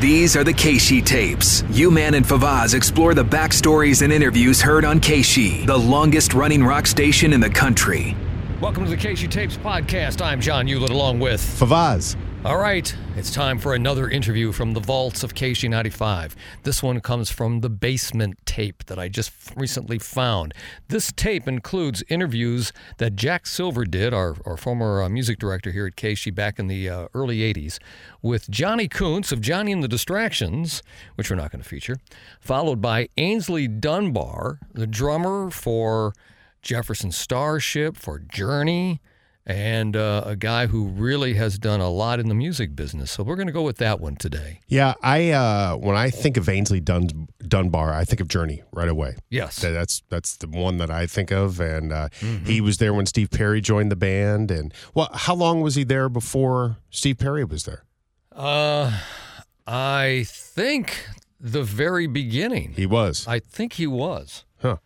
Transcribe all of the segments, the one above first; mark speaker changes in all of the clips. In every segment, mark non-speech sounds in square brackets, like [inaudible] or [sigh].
Speaker 1: These are the Keishi tapes. Uman and Favaz explore the backstories and interviews heard on Keishi, the longest running rock station in the country.
Speaker 2: Welcome to the Casey Tapes podcast. I'm John Hewlett along with.
Speaker 3: Favaz.
Speaker 2: All right, it's time for another interview from the vaults of Casey 95. This one comes from the basement tape that I just recently found. This tape includes interviews that Jack Silver did, our, our former uh, music director here at Casey back in the uh, early 80s, with Johnny Koontz of Johnny and the Distractions, which we're not going to feature, followed by Ainsley Dunbar, the drummer for. Jefferson Starship, for Journey, and uh, a guy who really has done a lot in the music business. So we're going to go with that one today.
Speaker 3: Yeah, I uh, when I think of Ainsley Dun- Dunbar, I think of Journey right away.
Speaker 2: Yes.
Speaker 3: Th- That's that's the one that I think of, and uh,
Speaker 2: Mm-hmm.
Speaker 3: he was there when Steve Perry joined the band. And well, how long was he there before Steve Perry was there?
Speaker 2: Uh, I think the very beginning.
Speaker 3: He was.
Speaker 2: I think he was.
Speaker 3: Huh.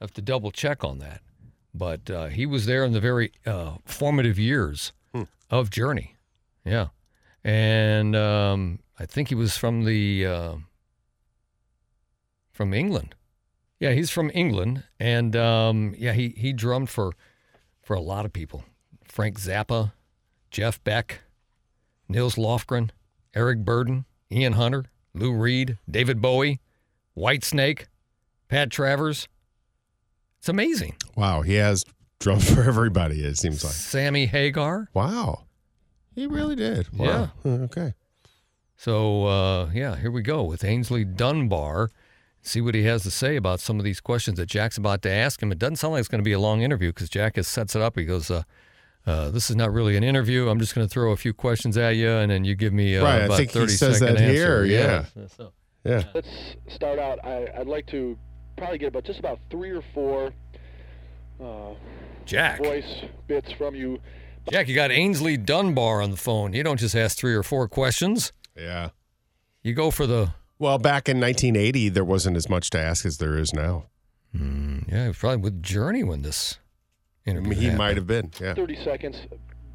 Speaker 2: I have to double check on that. But uh, he was there in the very uh, formative years of Journey. Yeah. And um, I think he was from the uh, from England. Yeah, he's from England, and um, yeah, he he drummed for for a lot of people: Frank Zappa, Jeff Beck, Nils Lofgren, Eric Burden, Ian Hunter, Lou Reed, David Bowie, Whitesnake, Pat Travers. It's amazing.
Speaker 3: Wow, he has drums [laughs] for everybody. It seems like.
Speaker 2: Sammy Hagar.
Speaker 3: Wow, he really did.
Speaker 2: Yeah.
Speaker 3: Wow. Hmm, Okay.
Speaker 2: So uh, yeah, here we go with Ainsley Dunbar. See what he has to say about some of these questions that Jack's about to ask him. It doesn't sound like it's going to be a long interview because Jack has sets it up. He goes, uh, uh, "This is not really an interview. I'm just going to throw a few questions at you, and then you give me uh,
Speaker 3: Right, I
Speaker 2: about
Speaker 3: think he
Speaker 2: 30
Speaker 3: says
Speaker 2: second
Speaker 3: that
Speaker 2: answer."
Speaker 3: here, yeah.
Speaker 2: So-
Speaker 3: Yeah.
Speaker 4: let's start out. I, I'd like to probably get about just about three or four uh,
Speaker 2: Jack,
Speaker 4: voice bits from you.
Speaker 2: Jack, you got Ainsley Dunbar on the phone. You don't just ask three or four questions.
Speaker 3: Yeah.
Speaker 2: You go for the
Speaker 3: Well, back in 1980, there wasn't as much to ask as there is now.
Speaker 2: hmm, yeah, he was probably with Journey when this
Speaker 3: I
Speaker 2: interview.
Speaker 3: mean, he
Speaker 2: happened.
Speaker 3: might have been. Yeah.
Speaker 4: 30 seconds.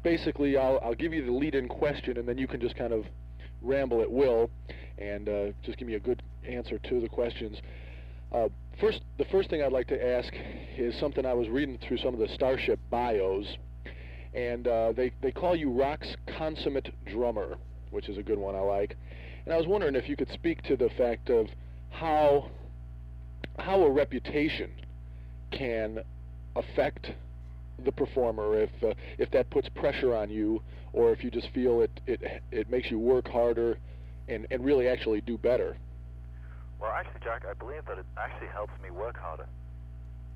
Speaker 4: Basically, I'll, I'll give you the lead in question, and then you can just kind of ramble at will and uh, just give me a good answer to the questions. Uh, first, the first thing I'd like to ask is something I was reading through some of the Starship bios, and uh, they, they call you Rock's consummate drummer, which is a good one I like. And I was wondering if you could speak to the fact of how how a reputation can affect the performer if uh, if that puts pressure on you or if you just feel it it it makes you work harder and and really actually do better
Speaker 5: Well, actually, Jack, I believe that it actually helps me work harder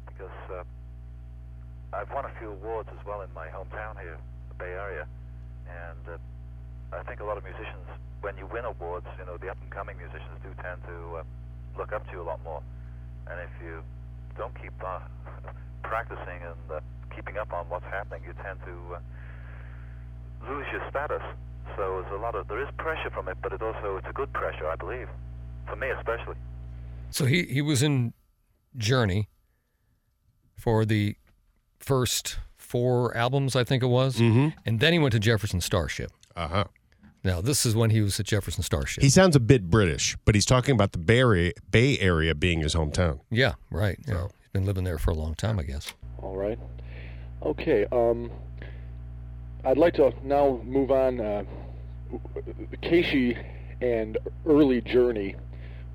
Speaker 5: because uh, I've won a few awards as well in my hometown here, the Bay Area, and uh, I think a lot of musicians, when you win awards, you know, the up-and-coming musicians do tend to uh, look up to you a lot more, and if you don't keep uh, [laughs] practicing and uh, keeping up on what's happening, you tend to uh, lose your status. So there's a lot of there is pressure from it, but it also it's a good pressure, I believe, for me especially.
Speaker 2: So he, he was in Journey for the first four albums, I think it was. Mm-hmm. And then he went to Jefferson Starship.
Speaker 3: Uh huh.
Speaker 2: Now, this is when he was at Jefferson Starship.
Speaker 3: He sounds a bit British, but he's talking about the Bay Area, Bay Area being his hometown.
Speaker 2: yeah, right. Yeah. He's been living there for a long time, I guess.
Speaker 4: all right okay um i'd like to now move on uh Casey and early journey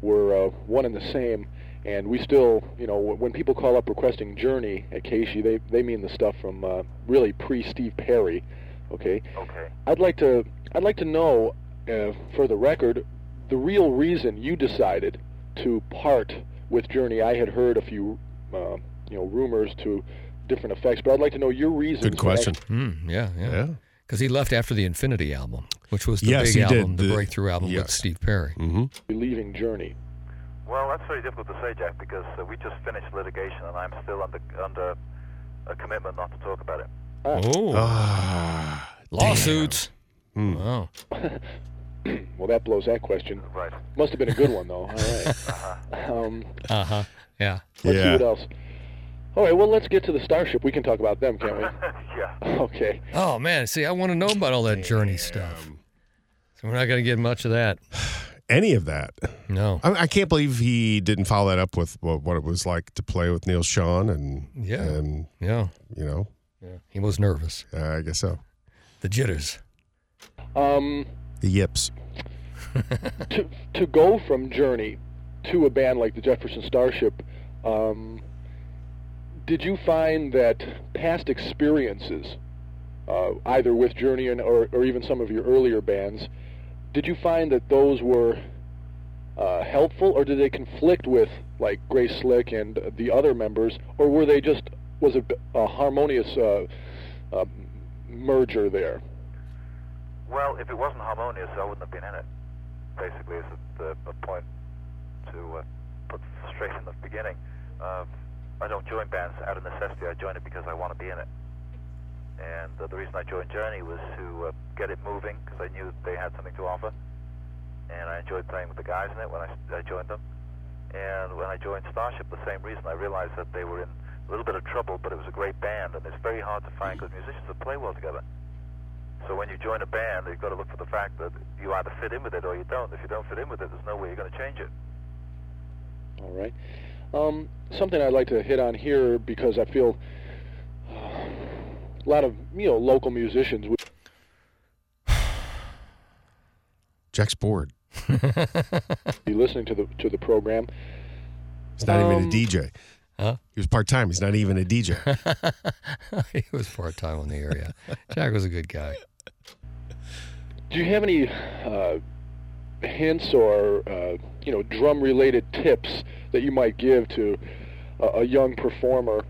Speaker 4: were uh, one and the same and we still you know wh- when people call up requesting journey at Casey, they they mean the stuff from uh, really pre steve perry okay
Speaker 5: Okay.
Speaker 4: I'd like to I'd like to know, uh, for the record, the real reason you decided to part with Journey. I had heard a few, uh, you know, rumors to different effects, but I'd like to know your reason.
Speaker 3: Good question.
Speaker 2: Hmm. yeah, yeah.
Speaker 3: Yeah.
Speaker 2: because he left after the Infinity album, which was the big
Speaker 3: Yes, he did.
Speaker 2: album, the,
Speaker 3: The-
Speaker 2: breakthrough album with
Speaker 3: yes. Mm-hmm.
Speaker 2: Steve Perry.
Speaker 4: leaving journey.
Speaker 5: Well, that's very difficult to say, Jack, because uh, we just finished litigation, and I'm still under under a commitment not to talk about it.
Speaker 2: Oh,
Speaker 3: Ah,
Speaker 2: lawsuits!
Speaker 3: Mm.
Speaker 2: Oh, Wow.
Speaker 4: Well, that blows that question.
Speaker 5: Right.
Speaker 4: Must have been a good one though. All right. um,
Speaker 2: Uh huh. Yeah.
Speaker 4: let's see
Speaker 3: Yeah.
Speaker 4: what else. All right. Well, let's get to the starship. We can talk about them, can't we?
Speaker 5: yeah.
Speaker 4: Okay.
Speaker 2: Oh man, see, I want to know about all that journey stuff. So we're not going to get much of that.
Speaker 3: Any of that.
Speaker 2: No.
Speaker 3: I, I can't believe he didn't follow that up with what, what it was like to play with Neil Sean and,
Speaker 2: Yeah.
Speaker 3: and
Speaker 2: Yeah.
Speaker 3: you know,
Speaker 2: Yeah. He was nervous.
Speaker 3: uh, I guess so.
Speaker 2: The jitters. [laughs]
Speaker 4: Um,
Speaker 3: The yips.
Speaker 4: to to go from Journey to a band like the Jefferson Starship, um, did you find that past experiences, uh, either with Journey and, or or even some of your earlier bands, did you find that those were uh, helpful, or did they conflict with like Grace Slick and the other members, or were they just was it a harmonious uh, uh, merger there?
Speaker 5: Well, if it wasn't harmonious, I wouldn't have been in it. Basically, is a, a point to uh, put straight in the beginning. Uh, I don't join bands out of necessity. I join it because I want to be in it. And uh, the reason I joined Journey was to uh, get it moving because I knew they had something to offer. And I enjoyed playing with the guys in it when I, I joined them. And when I joined Starship, the same reason I realized that they were in a little bit of trouble, but it was a great band, and it's very hard to find good musicians that play well together. So when you join a band, you've got to look for the fact that you either fit in with it or you don't. If you don't fit in with it, there's no way you're going to change it.
Speaker 4: All right. Um, something I'd like to hit on here because I feel a lot of you know local musicians would
Speaker 3: Jack's bored.
Speaker 4: be listening to the to the program.
Speaker 3: He's not even
Speaker 4: Um,
Speaker 3: a DJ.
Speaker 2: Huh?
Speaker 3: He was part time. He's not even a
Speaker 2: [laughs]
Speaker 3: DJ.
Speaker 2: he was part time in the area. Jack was a good guy.
Speaker 4: Do you have any uh, hints or uh, you know drum related tips that you might give to a, a young performer?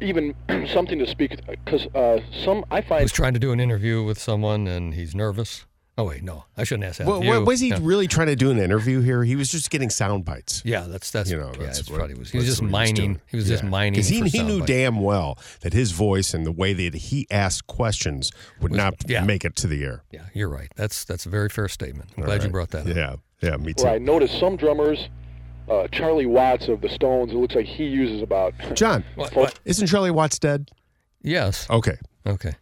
Speaker 4: Even [clears throat] something to speak because uh, some I
Speaker 2: I
Speaker 4: find
Speaker 2: was trying to do an interview with someone and he's nervous. Oh wait, no, I shouldn't ask that.
Speaker 3: Well,
Speaker 2: of
Speaker 3: what,
Speaker 2: you.
Speaker 3: was he
Speaker 2: Yeah.
Speaker 3: really trying to do an interview here? He was just getting sound bites.
Speaker 2: Yeah, that's that's
Speaker 3: You know,
Speaker 2: yeah,
Speaker 3: that's
Speaker 2: that's
Speaker 3: what-
Speaker 2: probably was. He was
Speaker 3: that's
Speaker 2: just
Speaker 3: what
Speaker 2: mining. He was, just mining.
Speaker 3: Because he,
Speaker 2: for
Speaker 3: he knew
Speaker 2: soundbite.
Speaker 3: damn well that his voice and the way that he asked questions would not
Speaker 2: yeah.
Speaker 3: make it to the air.
Speaker 2: Yeah, you're right. That's that's a very fair statement. I'm glad you brought that. up.
Speaker 3: Yeah, yeah, me too.
Speaker 4: where I notice some drummers, uh, Charlie Watts of the Stones, it looks like he uses about [laughs]
Speaker 3: John,
Speaker 2: What, what?
Speaker 3: isn't Charlie Watts dead?
Speaker 2: Yes.
Speaker 3: Okay,
Speaker 2: Okay.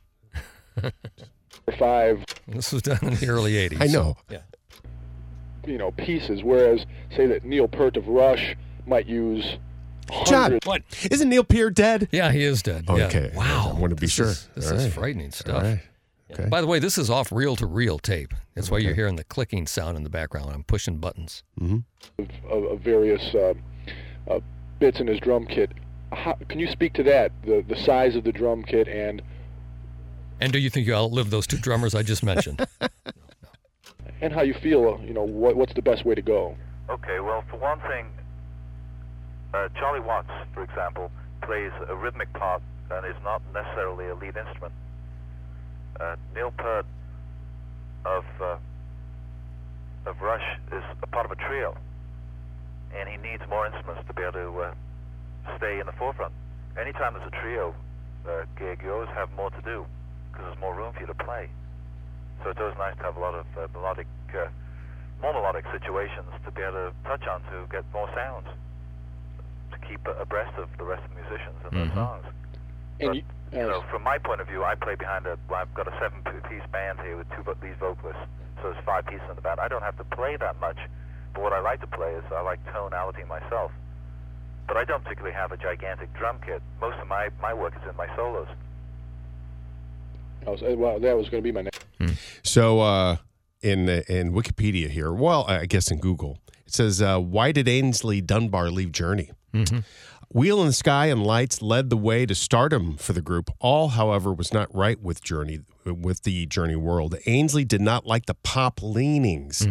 Speaker 4: five
Speaker 2: This was done in the early '80s.
Speaker 3: I know.
Speaker 4: you know pieces, whereas say that Neil Peart of Rush might use
Speaker 3: John,
Speaker 4: hundreds.
Speaker 2: What?
Speaker 3: isn't Neil Peart dead?
Speaker 2: Yeah, he is dead. Yeah.
Speaker 3: Okay.
Speaker 2: Wow.
Speaker 3: I wanted to be
Speaker 2: This
Speaker 3: sure.
Speaker 2: is- this
Speaker 3: All
Speaker 2: is
Speaker 3: right.
Speaker 2: frightening
Speaker 3: All
Speaker 2: stuff.
Speaker 3: right. Okay.
Speaker 2: By the way, this is off reel to reel tape. That's why you're hearing the clicking sound in the background. I'm pushing buttons.
Speaker 4: of, of various uh, uh, bits in his drum kit. How, can you speak to that? The the size of the drum kit and
Speaker 2: And do you think you outlived those two drummers I just
Speaker 3: [laughs]
Speaker 2: mentioned?
Speaker 4: and how you feel? You know what what's the best way to go?
Speaker 5: Okay, well, for one thing, uh, Charlie Watts, for example, plays a rhythmic part and is not necessarily a lead instrument. Uh, Neil Peart of uh, of Rush is a part of a trio, and he needs more instruments to be able to uh, stay in the forefront. Anytime there's a trio uh, gig, you always have more to do because there's more room for you to play. So it's always nice to have a lot of uh, melodic, uh, more melodic situations to be able to touch on to get more sounds, to keep uh, abreast of the rest of the musicians and their songs.
Speaker 4: And you,
Speaker 5: But, you know, from my point of view, I play behind a. well, I've got a seven-piece band here with two vo- lead vocalists, so there's five pieces in the band. I don't have to play that much, but what I like to play is I like tonality myself. But I don't particularly have a gigantic drum kit. Most of my, my work is in my
Speaker 4: [laughs]
Speaker 5: solos. [laughs]
Speaker 4: uh, I was, well, that was going to be my next.
Speaker 3: So uh, in in Wikipedia here, well, I guess in Google, it says, uh, "Why did Ainsley Dunbar leave Journey?" Wheel in the Sky and Lights led the way to stardom for the group. All, however, was not right with Journey. with the Journey World. Ainsley did not like the pop leanings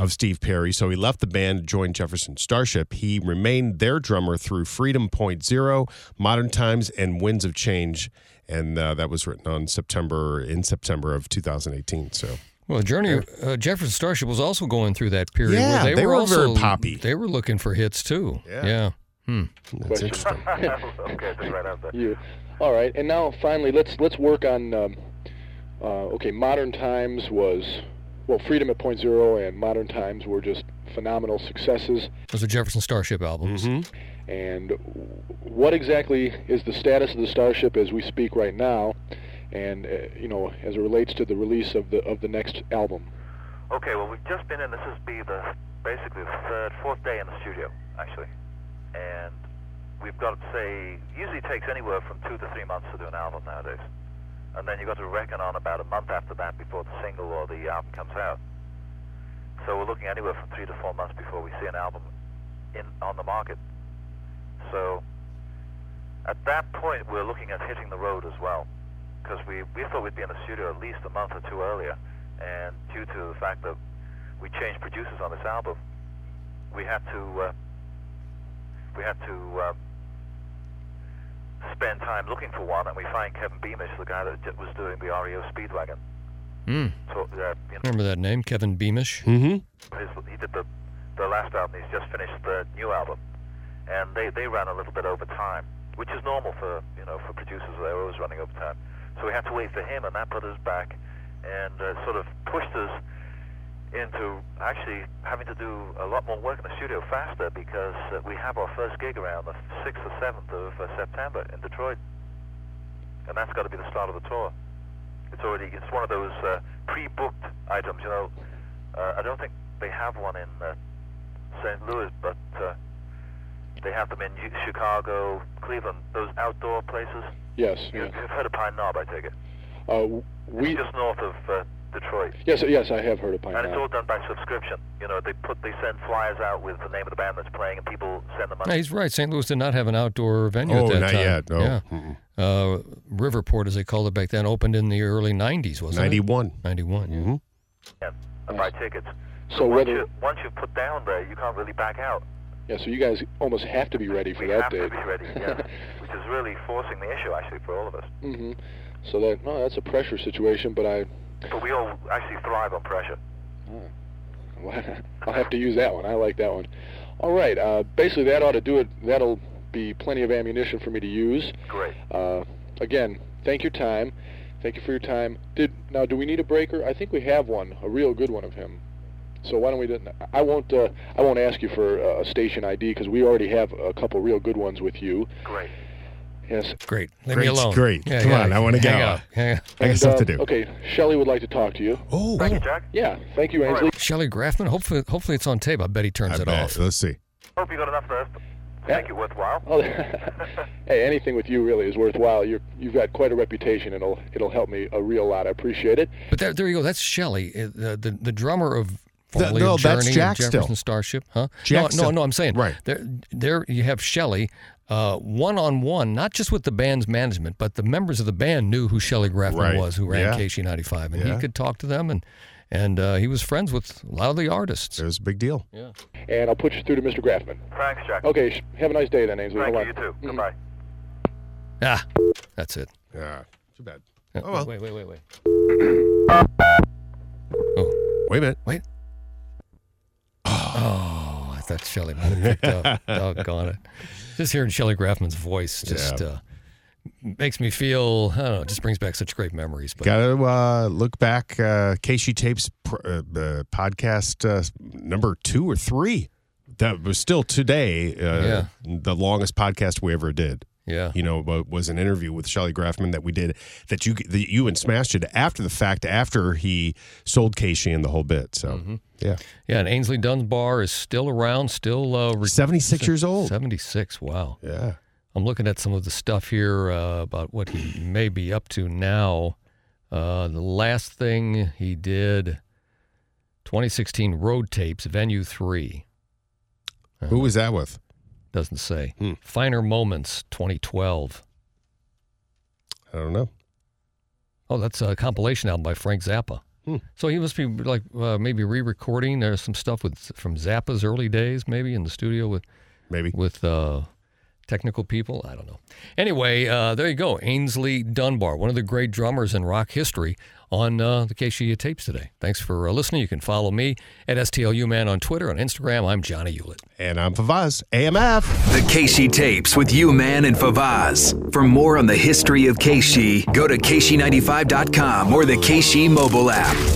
Speaker 3: of Steve Perry, so he left the band and joined Jefferson Starship. He remained their drummer through Freedom Point Zero, Modern Times, and Winds of Change. And uh, that was written on September in September of 2018. So
Speaker 2: Well, Journey uh, Jefferson Starship was also going through that period where
Speaker 3: Yeah,
Speaker 2: they,
Speaker 3: they
Speaker 2: were,
Speaker 3: were
Speaker 2: also
Speaker 3: very poppy.
Speaker 2: They were looking for hits too.
Speaker 3: Yeah.
Speaker 2: yeah.
Speaker 3: that's interesting.
Speaker 5: okay, just right out there.
Speaker 4: You. All right, and now finally, let's let's work on. Um, uh, okay, Modern Times was well, Freedom at Point Zero and Modern Times were just phenomenal successes.
Speaker 2: Those are Jefferson Starship albums.
Speaker 3: Mm-hmm.
Speaker 4: And what exactly is the status of the Starship as we speak right now? And uh, you know, as it relates to the release of the of the next album.
Speaker 5: Okay, well, we've just been in. This is be the basically the third, fourth day in the studio, actually, and we've got to say usually it takes anywhere from two to three months to do an album nowadays, and then you've got to reckon on about a month after that before the single or the album comes out. So we're looking anywhere from three to four months before we see an album in on the market. So at that point, we're looking at hitting the road as well, because we, we thought we'd be in the studio at least a month or two earlier, and due to the fact that we changed producers on this album, we had to uh, we had to uh, spend time looking for one, and we find Kevin Beamish, the guy that d- was doing the REO Speedwagon. So, uh, you know,
Speaker 2: Remember that name, Kevin Beamish?
Speaker 3: Mm-hmm.
Speaker 5: his, he did the the last album. He's just finished the new album, and they they ran a little bit over time, which is normal for you know for producers. They're always running over time, so we had to wait for him, and that put us back, and uh, sort of pushed us into actually having to do a lot more work in the studio faster because uh, we have our first gig around the sixth or seventh of uh, September in Detroit, and that's got to be the start of the tour. It's already it's one of those uh, pre-booked items. You know, uh, I don't think they have one in uh, St. Louis, but uh, they have them in U- Chicago, Cleveland, those outdoor places.
Speaker 4: Yes.
Speaker 5: You-
Speaker 4: Yeah.
Speaker 5: You've heard of Pine Knob, I take it.
Speaker 4: Uh, w-
Speaker 5: It's
Speaker 4: we.
Speaker 5: just north of uh, Detroit.
Speaker 4: Yes. Yes, I have heard of Pine
Speaker 5: And it's
Speaker 4: Knob.
Speaker 5: all done by subscription. You know, they put they send flyers out with the name of the band that's playing, and people send the
Speaker 2: Yeah,
Speaker 5: money.
Speaker 2: he's right. St. Louis did not have an outdoor venue
Speaker 3: Mm. Oh,
Speaker 2: at that
Speaker 3: not
Speaker 2: time.
Speaker 3: yet, Oh, no.
Speaker 2: Yeah. Uh, Riverport, as they called it back then, opened in the early 90s, wasn't it?
Speaker 3: 91.
Speaker 2: 91. yeah.
Speaker 5: and and buy tickets.
Speaker 4: So
Speaker 5: once
Speaker 4: whether
Speaker 5: you once you've put down there, you can't really back out.
Speaker 4: yeah, so you guys almost have to be ready for
Speaker 5: We
Speaker 4: that
Speaker 5: have
Speaker 4: date.
Speaker 5: to be ready,
Speaker 4: [laughs]
Speaker 5: yeah. which is really forcing the issue actually for all of us.
Speaker 4: hmm So that no, that's a pressure situation, but I
Speaker 5: But we all actually thrive on pressure.
Speaker 4: [laughs] I'll have to use that one. I like that one. All right. Uh, basically, that ought to do it. That'll be plenty of ammunition for me to use.
Speaker 5: Great.
Speaker 4: Uh, again, thank your time. Thank you for your time. Did now? Do we need a breaker? I think we have one, a real good one of him. So why don't we? do- I won't. Uh, I won't ask you for uh, a station ID because we already have a couple real good ones with you.
Speaker 5: Great.
Speaker 4: Yes.
Speaker 2: Great. Leave
Speaker 3: Great,
Speaker 2: me alone.
Speaker 3: great. Come on, I wanna
Speaker 2: hang
Speaker 3: go.
Speaker 2: out. Hang out.
Speaker 3: I got
Speaker 4: And,
Speaker 3: stuff
Speaker 4: uh,
Speaker 3: to do.
Speaker 4: Okay, Shelley would like to talk to you.
Speaker 3: Oh,
Speaker 5: Thank you, Jack.
Speaker 4: Yeah. Thank you, Ainsley.
Speaker 2: Shelley Grafman. Hopefully, hopefully it's on tape. I bet he turns
Speaker 3: I
Speaker 2: it
Speaker 3: bet.
Speaker 2: off.
Speaker 3: Let's see.
Speaker 5: Hope you got enough first to
Speaker 4: Yeah.
Speaker 5: make it worthwhile.
Speaker 4: Oh, [laughs] hey, anything with you really is worthwhile. You're, you've got quite a reputation, and it'll it'll help me a real lot. I appreciate it.
Speaker 2: But there, there you go. That's Shelley, uh, the, the the drummer of formerly
Speaker 3: no,
Speaker 2: of
Speaker 3: that's
Speaker 2: Journey,
Speaker 3: Jack
Speaker 2: Jefferson
Speaker 3: still.
Speaker 2: Starship, huh?
Speaker 3: Jack
Speaker 2: no, no,
Speaker 3: still.
Speaker 2: no. I'm saying
Speaker 3: Right.
Speaker 2: there, there you have Shelley, one on one, not just with the band's management, but the members of the band knew who Shelley Grafman
Speaker 3: Right.
Speaker 2: was, who ran
Speaker 3: Yeah.
Speaker 2: KC95, and he
Speaker 3: Yeah.
Speaker 2: could talk to them, and and uh, he was friends with a lot of the artists.
Speaker 3: There's a big deal.
Speaker 4: And I'll put you through to Mr. Graffman.
Speaker 5: Thanks, Jack.
Speaker 4: Okay, Mm-hmm. sh- have a nice day then, Ainsley.
Speaker 5: Thank
Speaker 4: Hold
Speaker 5: you. You
Speaker 4: on.
Speaker 5: too. Goodbye.
Speaker 2: Ah, that's it.
Speaker 3: Yeah. Too bad.
Speaker 2: Yeah.
Speaker 3: Oh, well.
Speaker 2: Wait, wait, wait, wait.
Speaker 3: Wait a minute.
Speaker 2: Wait. Oh, I thought Shelley might have picked up. [laughs] Doggone it. Just hearing Shelley Grafman's voice just
Speaker 3: Yeah.
Speaker 2: uh, makes me feel, I don't know, just brings back such great memories. But
Speaker 3: Got to uh, look back. Uh, Casey Tapes pr- uh, uh, podcast uh, number two or three. That was still today. Uh, The longest podcast we ever did.
Speaker 2: yeah.
Speaker 3: You know, but was an interview with Shelley Grafman that we did that you that you and Smash did after the fact after he sold Casey and the whole bit. So yeah,
Speaker 2: Yeah, and Ainsley Dunbar is still around, still uh, re-
Speaker 3: seventy six years old.
Speaker 2: 76. Wow.
Speaker 3: Yeah.
Speaker 2: I'm looking at some of the stuff here uh, about what he may be up to now. Uh, the last thing he did, 2016 Road Tapes, Venue 3.
Speaker 3: Who was that with?
Speaker 2: Doesn't say.
Speaker 3: Hmm.
Speaker 2: Finer Moments, 2012.
Speaker 3: I don't know.
Speaker 2: Oh, that's a compilation album by Frank Zappa. So he must be like uh, maybe re-recording or some stuff with from Zappa's early days, maybe in the studio with
Speaker 3: Maybe.
Speaker 2: with uh, technical people. I don't know. Anyway, uh, there you go. Ainsley Dunbar, one of the great drummers in rock history, on uh, the KCU tapes today. Thanks for uh, listening. You can follow me at STLU Man on Twitter, on Instagram. I'm Johnny Hewlett.
Speaker 3: And I'm Favaz, AMF.
Speaker 1: The Keishi tapes with you, man, and Favaz. For more on the history of Keishi, go to Keishi95.com or the Keishi mobile app.